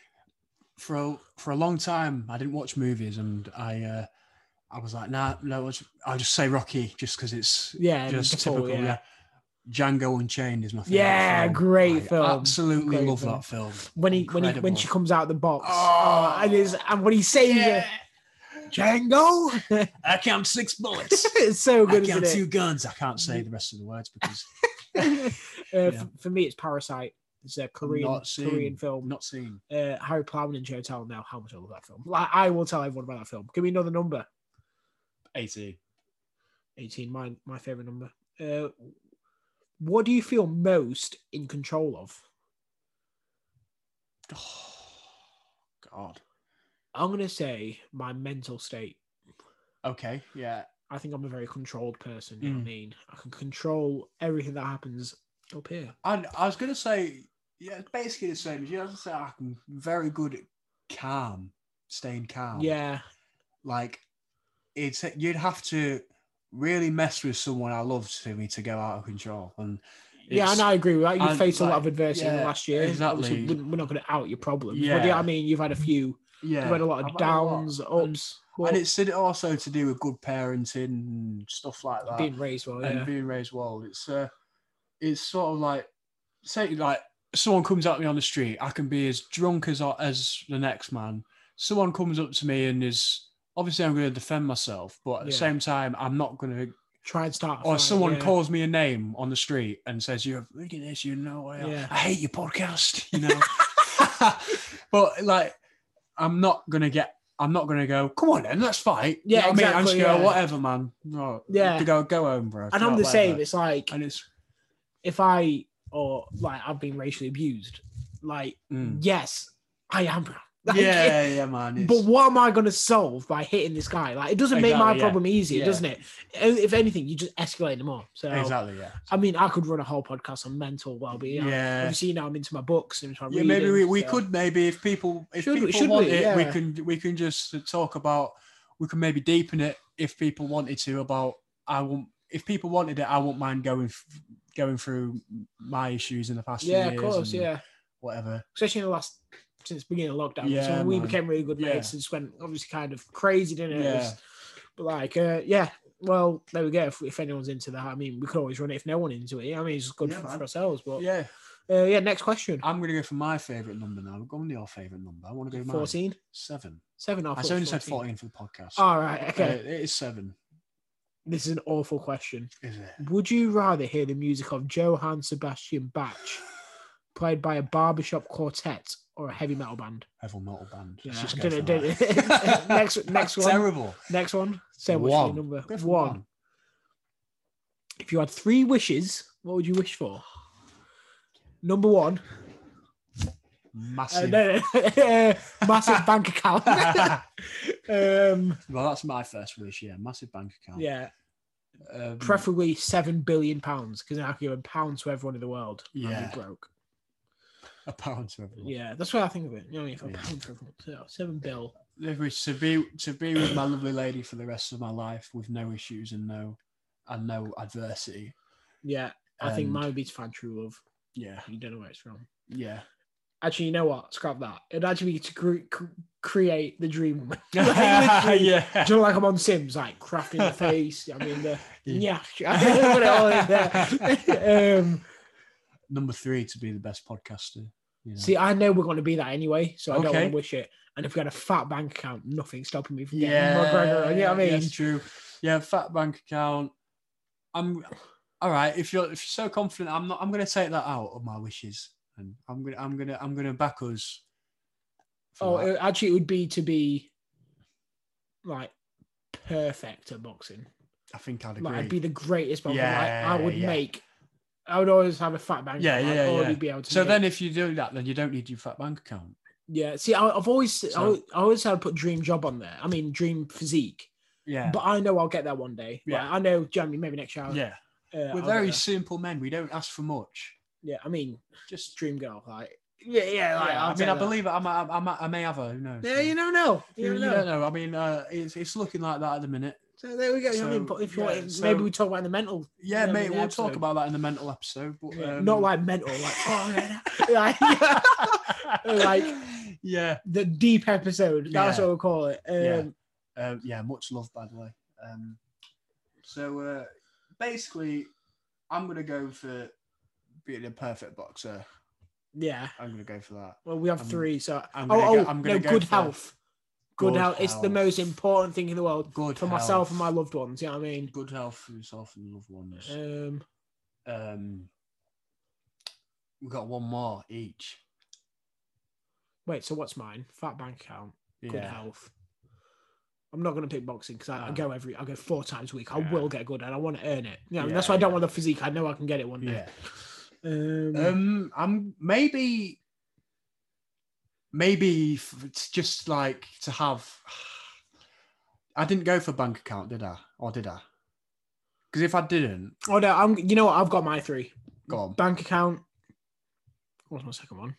For a, for a long time, I didn't watch movies, and I uh, I was like, nah, no, it's- I'll just say Rocky, just because it's
Yeah,
just
Default,
typical. Yeah. Django Unchained is my favorite.
Yeah,
film.
great
I
film.
Absolutely
Great
love
film.
that film.
When he when he when
Incredible.
she comes out the box,
Oh.
and is and when he says
Yeah.
it, Django,
I count six bullets.
it's so
I
good.
count
isn't
two guns. I can't say the rest of the words because
it? uh,
Yeah.
f- for me, it's Parasite. It's a Korean
not seen-
Korean
I'm
film.
not seeing.
uh, Harry Plowman and Joe Tell now how much I love that film. Like I will tell everyone about that film. Give me another number.
18.
18, my my favorite number. Uh, what do you feel most in control of?
Oh, God.
I'm gonna say my mental state.
Okay. Yeah.
I think I'm a very controlled person. You know what I
Mm.
mean? I can control everything that happens up here.
And I was going to say, yeah, it's basically the same as you. I was gonna say, I'm very good at calm, staying calm.
Yeah,
Like, it's you'd have to really mess with someone I love to me to go out of control. And
yeah,
it's-
and I agree with that. You
and,
faced a lot of
like,
adversity in the
yeah,
last year.
exactly.
Obviously, We're we're not going to out your problems. Yeah, but
Yeah.
yeah, I mean, you've had a few.
yeah,
you've had a lot
I've
of
had a lot.
downs,
And-
ups, but
and it's also to do with good parenting and stuff like that.
being raised well.
and
Yeah,
being raised wild. It's uh, it's sort of like say like someone comes at me on the street, I can be as drunk as I- as the next man. Someone comes up to me and is obviously I'm going to defend myself, but at the
Yeah.
same time I'm not going to.
try and start. a
Or
fight,
someone
yeah.
calls me a name on the street and says, "You're look at this, you know, I,
Yeah.
I hate your podcast," you know. but like, I'm not gonna get. I'm not gonna go. Come on, then, let's fight. You
Yeah,
know what I mean, I'm just
exactly,
gonna
yeah.
go, whatever, man. No,
Yeah.
to go, go home, bro.
And I'm
Not
the
like
same.
that.
It's like
And it's
if I or like I've been racially abused. Like yes, I am. Like,
Hmm. yeah, yeah, man. it's-
But what am I going to solve by hitting this guy? Like it doesn't make my
Exactly, yeah.
problem easier,
Yeah.
doesn't it? Oh, If anything, you just escalate them more. So
exactly, yeah.
I mean, I could run a whole podcast on mental well-being.
Yeah.
Obviously now I'm into my books and into my
Yeah,
reading,
maybe we, we
so-
could maybe if people if
Should we-
people
should
want
we?
it, we
Yeah.
can we can just talk about we can maybe deepen it if people wanted to about I won't if people wanted it I won't mind going f- going through my issues in the past few
Yeah, of
years
course.
and
Yeah,
whatever
especially in the last since the beginning of lockdown.
Yeah,
so we
man.
became really good
Yeah.
mates and just went obviously kind of crazy, didn't it? It was-
yeah
But like, uh, yeah, well, there we go. If, if anyone's into that, I mean, we could always run it if no one into it. I mean, it's good
Yeah,
for,
man.
for ourselves. But
yeah Oh,
Uh, yeah, next question.
I'm going to go for my favourite number now. We're going to your favourite number. I want to go mine.
14?
Seven.
7 or
I only said 14 for the podcast.
All right, Ah, okay.
Uh, it is seven,
this is an awful question.
is it?
Would you rather hear the music of Johann Sebastian Bach played by a barbershop quartet or a heavy metal band?
Heavy metal band.
Yeah,
Let's just
I
go
don't
for
know,
that.
don't know. Next- next
That's
one.
Terrible.
Next one. Say which
One.
number.
Go for
One. If you had three wishes, what would you wish for? Number one, uh,
Massive.
no, no, uh, massive bank account. um,
well, that's my first wish. Yeah, massive bank account.
yeah,
Um,
preferably seven billion pounds because now you're a pound to everyone in the world. and you're
Yeah.
broke.
a pound to everyone.
Yeah, that's what I think of it. You know, if a
Yeah.
pound for everyone, so seven bill.
Which to be to be with my lovely lady for the rest of my life with no issues and no and no adversity.
Yeah, I think
And-
mine would be to find true love.
Yeah,
You don't know where it's from.
yeah.
Actually, you know what? Scrap that. It'd actually be to cre- cre- create the dream woman. Like,
yeah.
Do you know, like I'm on Sims, like crafting the face. I mean, the yeah, put it all in there. um,
Number three to be the best podcaster. You know.
see, I know we're going to be that anyway, so I don't
Okay.
want to wish it. And if we had a fat bank account, nothing stopping me from getting
yeah,
McGregor. You know what I mean?
that's true. Yeah, fat bank account. I'm all right. If you're if you're so confident, I'm not. I'm going to take that out of my wishes, and I'm gonna I'm gonna I'm gonna back us. for
Oh,
that.
it- actually, it would be to be like perfect at boxing.
I think I'd agree.
Like, I'd be the greatest boxer.
Yeah,
like, I would
yeah.
make. I would always have a fat bank.
Yeah,
account.
yeah,
I'd already
yeah.
Be able to
so
make-
then, if you do that, then you don't need your fat bank account.
yeah. See, I, I've always, I
So-
always- I always had to put dream job on there. I mean, dream physique.
Yeah,
But I know I'll get that one day.
Yeah.
Like, I know, Jeremy, maybe next year.
yeah.
Uh,
We're
I'll
very
get that.
simple men. We don't ask for much.
Yeah, I mean,
Just
dream girl. Like, yeah, yeah. Like,
yeah,
I'll
I
take
mean, I
that.
believe I might, I might, I may have her. Who knows?
Yeah, you never know. You
You
never know.
don't know. I mean, uh, it's it's looking like that at the minute.
So there we go. you know what I mean?
So,
But if you
yeah,
want,
so-
maybe we talk about the mental.
Yeah,
Yeah,
mate.
the
We'll
episode.
talk about that in the mental episode. But, um,
not like mental, like oh, yeah, yeah. like, Like-
yeah,
the deep episode. That's
Yeah.
what we'll call it. Um,
Yeah. um, yeah. Much love, by the way. Um, so uh, basically, I'm gonna go for being a perfect boxer.
yeah.
I'm gonna go for that.
Well, we have
I'm-
three. So
I'm
oh,
gonna go-
oh,
I'm
no,
gonna go
good
for
health. Good,
good
health. It's the
health.
most important thing in the world
Good
for
health.
myself and my loved ones. You know what I mean?
Good health for yourself and loved ones.
Um,
Um, we got one more each.
wait. So what's mine? Fat bank account. Good
Yeah.
health. I'm not going to pick boxing because I, I
Ah.
go every. I go four times a week. I
Yeah.
will get good, and I want to earn it. You know, and that's
Yeah,
why I don't
yeah.
want the physique. I know I can get it one day.
Yeah.
Um,
Um, I'm maybe, maybe f- it's just like to have. I didn't go for bank account, did I? Or did I? Because if I didn't,
oh no, I'm. You know what? I've got my three.
go on.
Bank account. What's my second one?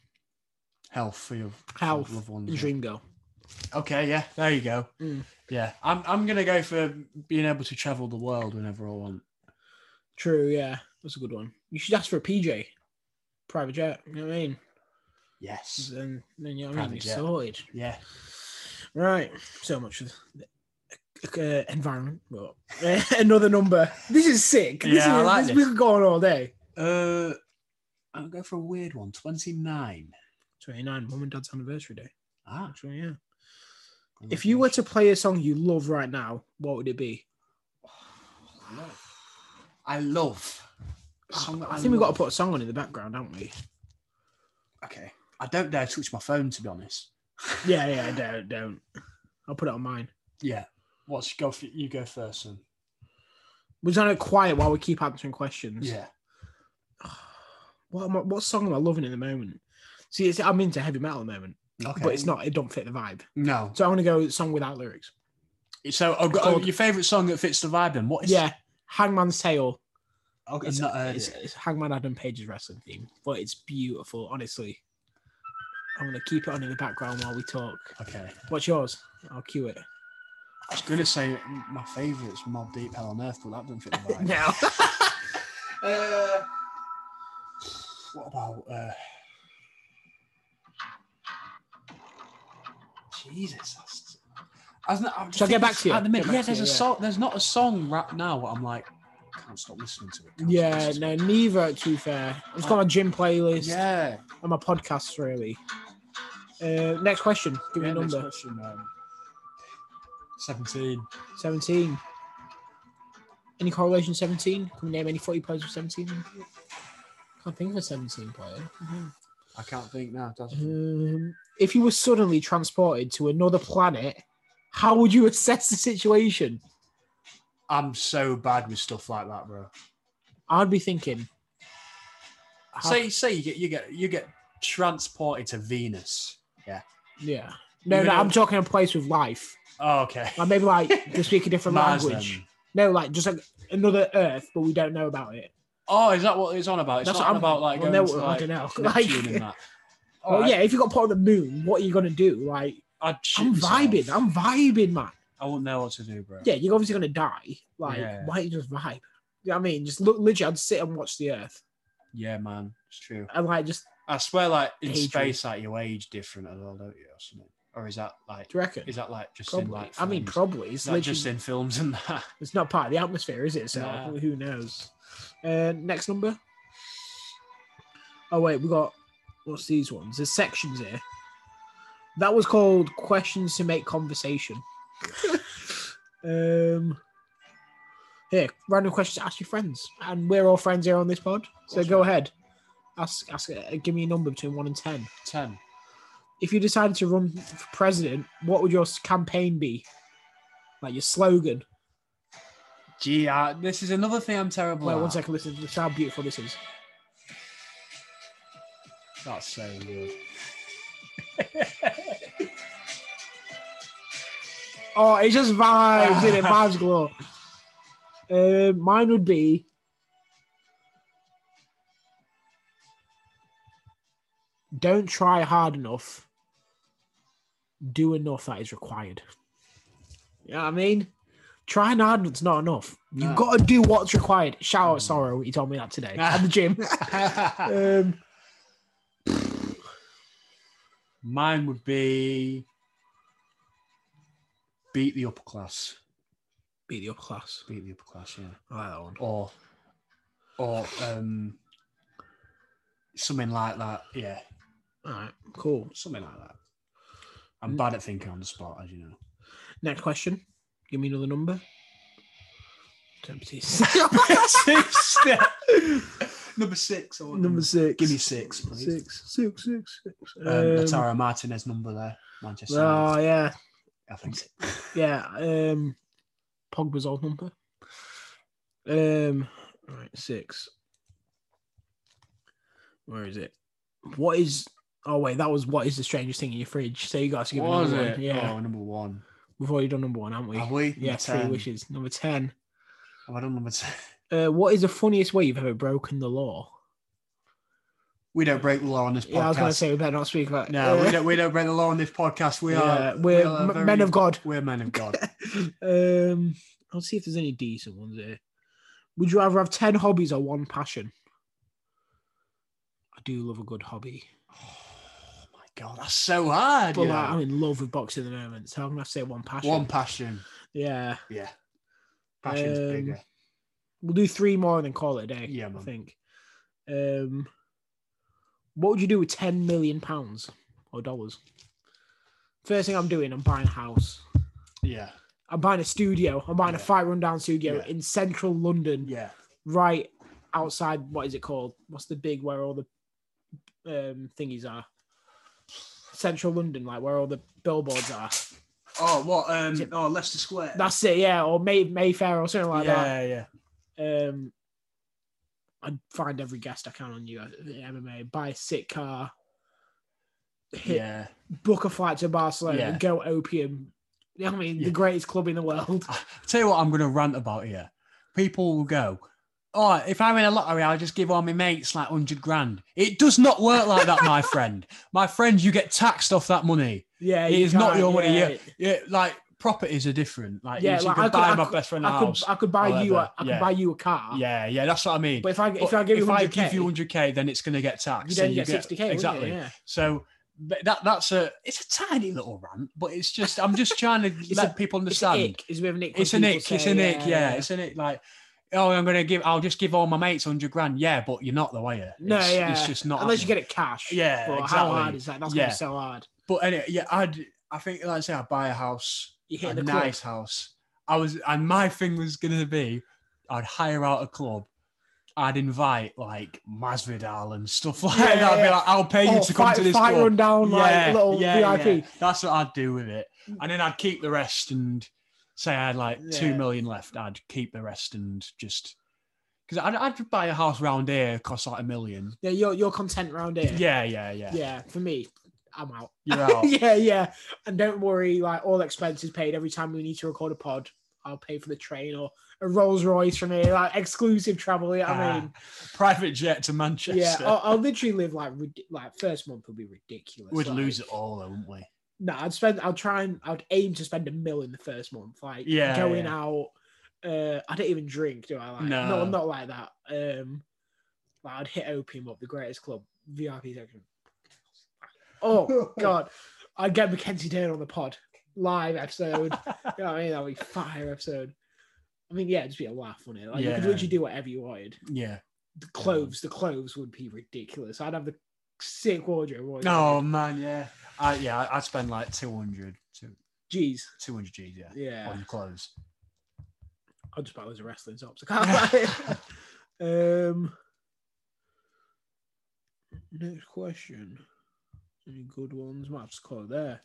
Health for your for your
Health.
loved ones.
And
yeah.
dream girl.
Okay, yeah, there you go.
Mm.
Yeah, I'm I'm gonna go for being able to travel the world whenever I want.
True, yeah. That's a good one. You should ask for a PJ. Private jet. You know what I mean?
Yes.
Then, then you know what I mean?
Private
You're
jet.
sorted.
Yeah.
Right. So much for the, the, uh, environment. Well, another number. This is sick. This
Yeah, I
is,
like
this,
this.
We could go on all day.
Uh, I'll go for a weird one. Twenty nine.
29, mum and dad's anniversary day.
Ah.
Actually, yeah. If you were to play a song you love right now, what would it be?
I love. Song that
I think we've got to
love.
put a song on in the background, haven't we?
Okay. I don't dare touch my phone to be honest.
Yeah, yeah, don't, don't. I'll put it on mine.
Yeah. What's go for you go first then?
We're trying to quiet while we keep answering questions.
Yeah.
what am I, what song am I loving at the moment? See, it's, I'm into heavy metal at the moment,
Okay.
but it's not. It don't fit the vibe.
no.
So I want to go with a song without lyrics.
So I've got, oh,
called-
your favourite song that fits the vibe then? What is
yeah, Hangman's Tale.
Okay,
It's,
I've not heard
it's,
it.
it's Hangman Adam Page's wrestling theme, but it's beautiful. Honestly, I'm gonna keep it on in the background while we talk.
Okay.
What's yours? I'll cue it
I was gonna say my favourite's Mob Deep Hell on Earth, but that doesn't fit the vibe.
now.
Uh, what about uh Jesus that's I was not, I'm just
Shall I
thinking
get back to you?
At the minute,
Get back
yeah,
to
there's
you,
a
yeah.
song. There's not a song right now. What I'm like, can't stop listening to it. Can't stop
Yeah,
listening to
no, neither. To be fair, I've got my gym
it.
playlist
Yeah.
and my podcasts really. Uh, next question. Give me
yeah
a
next
number.
question, um, 17.
Seventeen. Any correlation? Seventeen. Can we name any footy players with seventeen? Can't think of a seventeen player.
I can't think now. does it?
Um, if you were suddenly transported to another planet, how would you assess the situation?
I'm so bad with stuff like that, bro.
I'd be thinking. how-
Say, say you get you get you get transported to Venus.
yeah. No,
You
no,
know-
I'm talking a place with life.
Oh, okay.
Like maybe like they speak a different
Mars,
language.
then.
No, like just like another Earth, but we don't know about it.
Oh, is that what it's on about? It's
That's
not
what I'm
about like
well,
going
no,
to
I
like,
don't know.
Neptune
Like-
and that.
Well,
Alright,
yeah, if you got put on the moon, what are you gonna do? Like,
I'd shoot
I'm
myself.
vibing. I'm vibing, man.
I wouldn't know what to do, bro.
Yeah, you're obviously gonna die. Like,
Yeah.
why don't you just vibe? You know what I mean? Just look, literally, I'd sit and watch the Earth
Yeah, man, it's true.
and like just.
I swear, like in
Hadrian.
space, like you age different as well, don't you, or something? Or is that like
Do you reckon?
is that like just in
Probably.
like
I mean,
films?
probably. It's
is that
literally,
just in films and that?
it's not part of the atmosphere, is it? So
Nah.
who knows? Uh, next number. Oh wait, we got what's these ones? There's sections here. That was called questions to make conversation. um, here, random questions to ask your friends, and we're all friends here on this pod. So
course
go ahead, ask, ask, uh, give me a number between one and ten.
Ten.
if you decided to run for president, what would your s- campaign be? Like your slogan.
Gee, uh, this is another thing I'm terrible
Wait,
at.
one second, listen. This how beautiful this is.
That's so good.
Oh, it's just vibes, isn't it? Vibes galore. Uh, mine would be. Don't try hard enough. Do enough that is required. You know what I mean? Trying hard enough's not enough. You've
No.
got to do what's required. Shout
Mm.
out Sorrow, he told me that today at the gym. um,
Mine would be beat the upper class.
beat the upper class.
Beat the upper class, yeah.
I like that one.
Or or um something like that. Yeah,
All right, cool.
something like that. I'm bad at thinking on the spot, as you know.
Next question. Give me another number.
six. Number six. I want
number six.
Give me six, please.
Six, six, six, six.
Um, Lautaro Martinez number there. Manchester.
oh
United,
yeah,
I think.
yeah. Um, Pogba's old number. Um, right, six. Where is it? What is? Oh wait, that was what is the strangest thing in your fridge? So you got to give me
Was
number
it?
one. Yeah,
Oh, number one.
we've already done number one, haven't we?
Have we?
yeah,
Number
three
10.
wishes. Number ten.
Have I done number ten?
Uh, what is the funniest way you've ever broken the law?
We don't break the law on this podcast.
Yeah, I was going to say we better not speak about.
No, we
uh,
don't. We don't break the law on this podcast. We
yeah,
are.
we're
we are
m-
very-
men of God.
We're men of God.
Um, I'll see if there's any decent ones here. Would you rather have ten hobbies or one passion? I do love a good hobby,
oh my God, that's so hard.
but
you
like,
know.
I'm in love with boxing at the moment, so I'm gonna have to say one passion.
One passion.
yeah,
Yeah. Passion's
Um,
bigger.
we'll do three more and then call it a day.
Yeah, man.
I think. Um, what would you do with ten million pounds or dollars? First thing I'm doing, I'm buying a house.
Yeah.
I'm buying a studio. I'm buying a
Yeah.
fight rundown studio
Yeah.
in central London,
Yeah.
right outside. What is it called? What's the big where all the um, thingies are? Central London, like where all the billboards are.
Oh, what? Um, oh, Leicester Square.
That's it, yeah. Or May- Mayfair or something like
yeah, yeah.
that. Um, I'd find every guest I can on you MMA. Buy a sick car. Hit,
Yeah.
Book a flight to Barcelona.
Yeah.
Go opium. You know what I mean?
Yeah.
The greatest club in the world.
Tell you what, I'm going to rant about here. People will go, "Oh, if I win a lottery, I'll just give all my mates like hundred grand." It does not work like that, my friend. My friend, you get taxed off that money.
Yeah,
It
you
is not
can't-
your money,
yeah.
Yeah, like properties are different. Like,
Yeah,
yeah, you
like,
could
I could-
buy
I
my
could-
best friend a
I could,
house.
I could buy you a,
whatever.
I could
Yeah.
buy you a car.
yeah, yeah, that's what I mean.
But if I if
But
I give you
if
100K,
I give you 100k, then it's going to get
you
taxed.
then
and
get 60k. wouldn't you?
exactly.
Yeah.
So th- that that's a it's a tiny little rant, but it's just I'm just trying to
It's
let
a-
people
It's an
understand.
ick. Is we have an ick. when
It's an
people
ick. It's
say,
an ick. Yeah, it's an ick. Like oh, I'm gonna give, I'll just give all my mates hundred grand. Yeah, but you're not the way.
No,
it's,
yeah.
it's just not.
unless
happening.
you get it cash.
Yeah,
But
exactly.
how hard is that? That's
Yeah.
gonna be so hard.
But anyway, yeah, I'd, I think, like I say, I'd buy a house,
You
a
hit the
Oh, nice house. I was, and my thing was going to be, I'd hire out a club. I'd invite like Masvidal and stuff like
Yeah,
that. I'd be
yeah.
like, I'll pay
club.
you
Oh,
to come
fight,
to this
fight
club.
run down like little VIP.
That's what I'd do with it. And then I'd keep the rest and say I had like
Yeah.
two million left. I'd keep the rest and just because I'd, I'd buy a house round here, cost like a million.
Yeah, you're you're content round here.
Yeah, yeah, yeah.
yeah. For me, I'm out.
You're out.
yeah, yeah. And don't worry, like all expenses paid every time we need to record a pod. I'll pay for the train or a Rolls Royce from here, like exclusive travel. Yeah, I
Ah,
mean,
private jet to Manchester.
yeah, Oh, I'll, I'll literally live like rid- like first month would be ridiculous.
We'd
like,
lose it all, though, wouldn't we?
No, I'd spend. I'd try and I'd aim to spend a mil in the first month. Like
Yeah,
going
yeah.
out. Uh, I don't even drink, do I? Like, no.
No.
I'm not like that. Um, like I'd hit opium up the greatest club VIP section. Oh god, I'd get Mackenzie Dern on the pod live episode. you know what I mean, that'd be fire episode. I mean, yeah, it'd just be a laugh on it. Like you could
Yeah.
literally do whatever you wanted.
Yeah.
The clothes, the clothes would be ridiculous. I'd have the sick wardrobe. wouldn't I?
Oh man, yeah. I yeah, I- I'd spend like 200, two-
jeez,
200 G's, yeah,
yeah.
on clothes.
I'll just buy loads of wrestling tops. I can't buy it. Um, next question. Any good ones? Might have to call it there.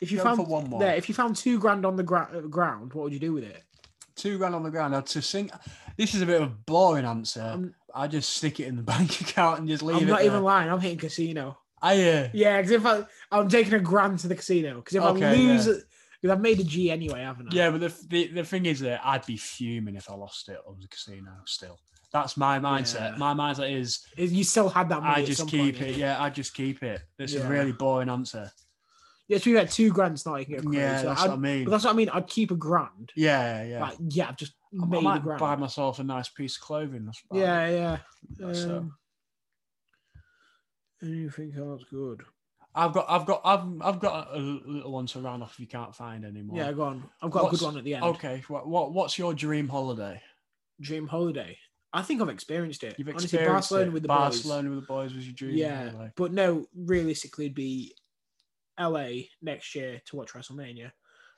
If you
Go
found
for one more.
there, if you found two grand on the gra- ground, what would you do with it?
Two grand on the ground. I'd just sink. This is a bit of a boring answer.
I'm-
I just stick it in the bank account and just leave
I'm
it.
not
there.
even lying. I'm hitting casino.
I uh,
Yeah, because if I, I'm taking a grand to the casino, because if I
Okay,
lose, because I've made a G anyway, haven't I?
yeah, but the, the the thing is that I'd be fuming if I lost it on the casino. Still, that's my mindset.
Yeah.
My mindset is
If You still had that money.
I
at
just
some
keep
point,
it. Yeah, I just keep it. This is
Yeah.
a really boring answer.
Yeah, so we had two grand's not even a crazy.
Yeah, that's
I'd-
what I mean.
but that's what I mean. I'd keep a grand.
yeah, yeah.
Like, yeah, I've just
I,
made
I
a
might
grand.
buy myself a nice piece of clothing. That's about it.
Yeah, yeah.
That's, uh,
Um, anything else good?
I've got, I've got, I've, I've got a little one to round off. If you can't find anymore.
Yeah, go on. I've got a
What's- oh.
good one at the end.
Okay. What, what, what's your dream holiday?
Dream holiday. I think I've experienced it.
You've
Honestly,
experienced
Barcelona
it.
with the
Barcelona with the boys was your
boys.
dream.
Yeah,
holiday.
but no, realistically, it'd be LA next year to watch WrestleMania.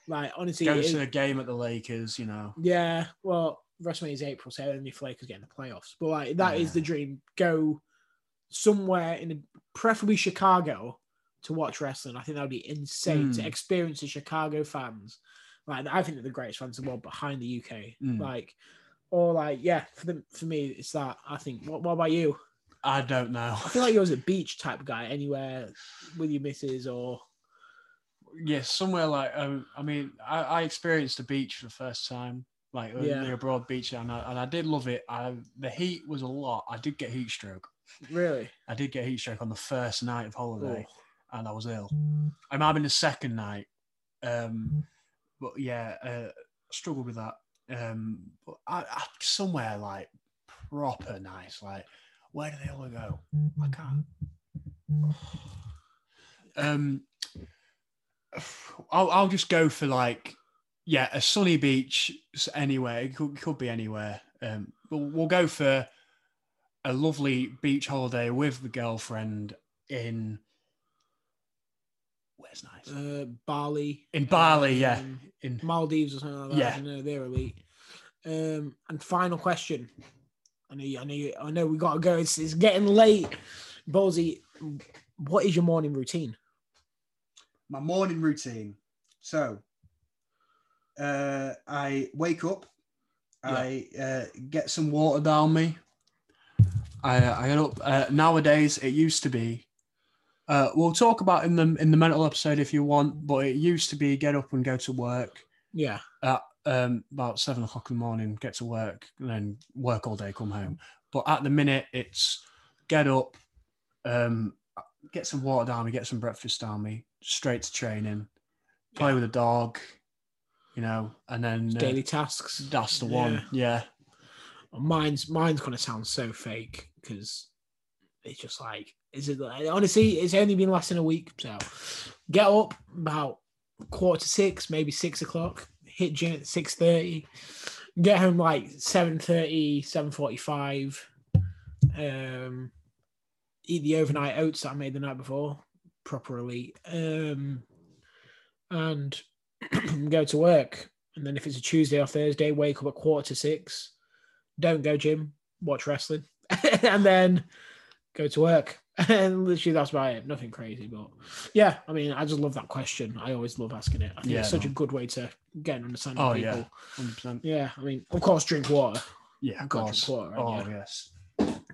Like, honestly,
Go
it-
to a game at the Lakers. You know.
yeah. Well, WrestleMania's April, so only if Lakers get in the playoffs. But like, that is
Yeah.
the dream. Go somewhere in, a, preferably Chicago, to watch wrestling. I think that would be insane to
Mm.
experience the Chicago fans. Like I think they're the greatest fans in the world behind the UK.
Mm.
Like, or like, yeah, for them, for me, it's that. I think. What, what about you?
I don't know.
I feel like you're a beach type guy. Anywhere with your missus or
yeah, somewhere like um, I mean, I, I experienced the beach for the first time, like uh,
Yeah.
the abroad beach, and I, and I did love it. I the heat was a lot. I did get heat stroke.
really.
I did get heat stroke on the first night of holiday,
Oh.
and I was ill. I might have been the second night, um, but yeah, uh, struggled with that. Um, but I, I somewhere like proper nice, like where do they all go? I can't. Um, I'll, I'll just go for like, yeah, a sunny beach s- anywhere. It could, could be anywhere. Um, but we'll go for a lovely beach holiday with the girlfriend in. Where's nice?
Uh, Bali.
In Bali, yeah.
Um,
In
Maldives or something like that.
Yeah.
I know they're elite. Um, and final question. I know, you, I know, you, I know. We gotta go. It's, it's getting late. Ballsy, what is your morning routine?
my morning routine. So uh, I wake up, I uh, get some water down me. I, I get up. Uh, nowadays, it used to be. Uh, we'll talk about in the in the mental episode if you want, but it used to be get up and go to work
Yeah,
um, about seven o'clock in the morning, get to work, and then work all day, come home. But at the minute, it's get up, um, get some water down me, get some breakfast down me, straight to training, play with a dog, you know, and then uh,
daily tasks.
that's the one. Yeah.
Mine's mine's gonna sound so fake because it's just like, is it? like- Honestly, it's only been lasting a week. So, get up about quarter to six, maybe six o'clock. Hit gym at six thirty. get home like 7.30 7.45 um eat the overnight oats that i made the night before properly um and go to work and then if it's a tuesday or thursday wake up at quarter to six don't go gym watch wrestling and then go to work and literally that's about it nothing crazy but yeah i mean i just love that question i always love asking it i think
Yeah,
it's such
no.
a good way to get an understanding
Oh,
of people
yeah. 100%.
yeah, I mean, of course, drink water.
Yeah,
I've
of
got to
course.
drink water,
oh,
haven't
yes.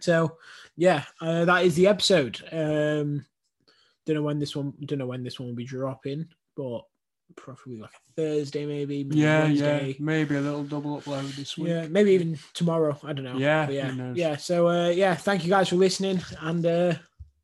So, yeah, uh, that is the episode. Um, don't know when this one. Don't know when this one will be dropping, but probably like a Thursday, maybe. maybe
Yeah, yeah.
Wednesday.
Maybe a little double upload this week.
yeah, maybe even tomorrow. I don't know.
Yeah,
But
who
yeah,
knows?
yeah. So, uh, yeah, thank you guys for listening, and uh,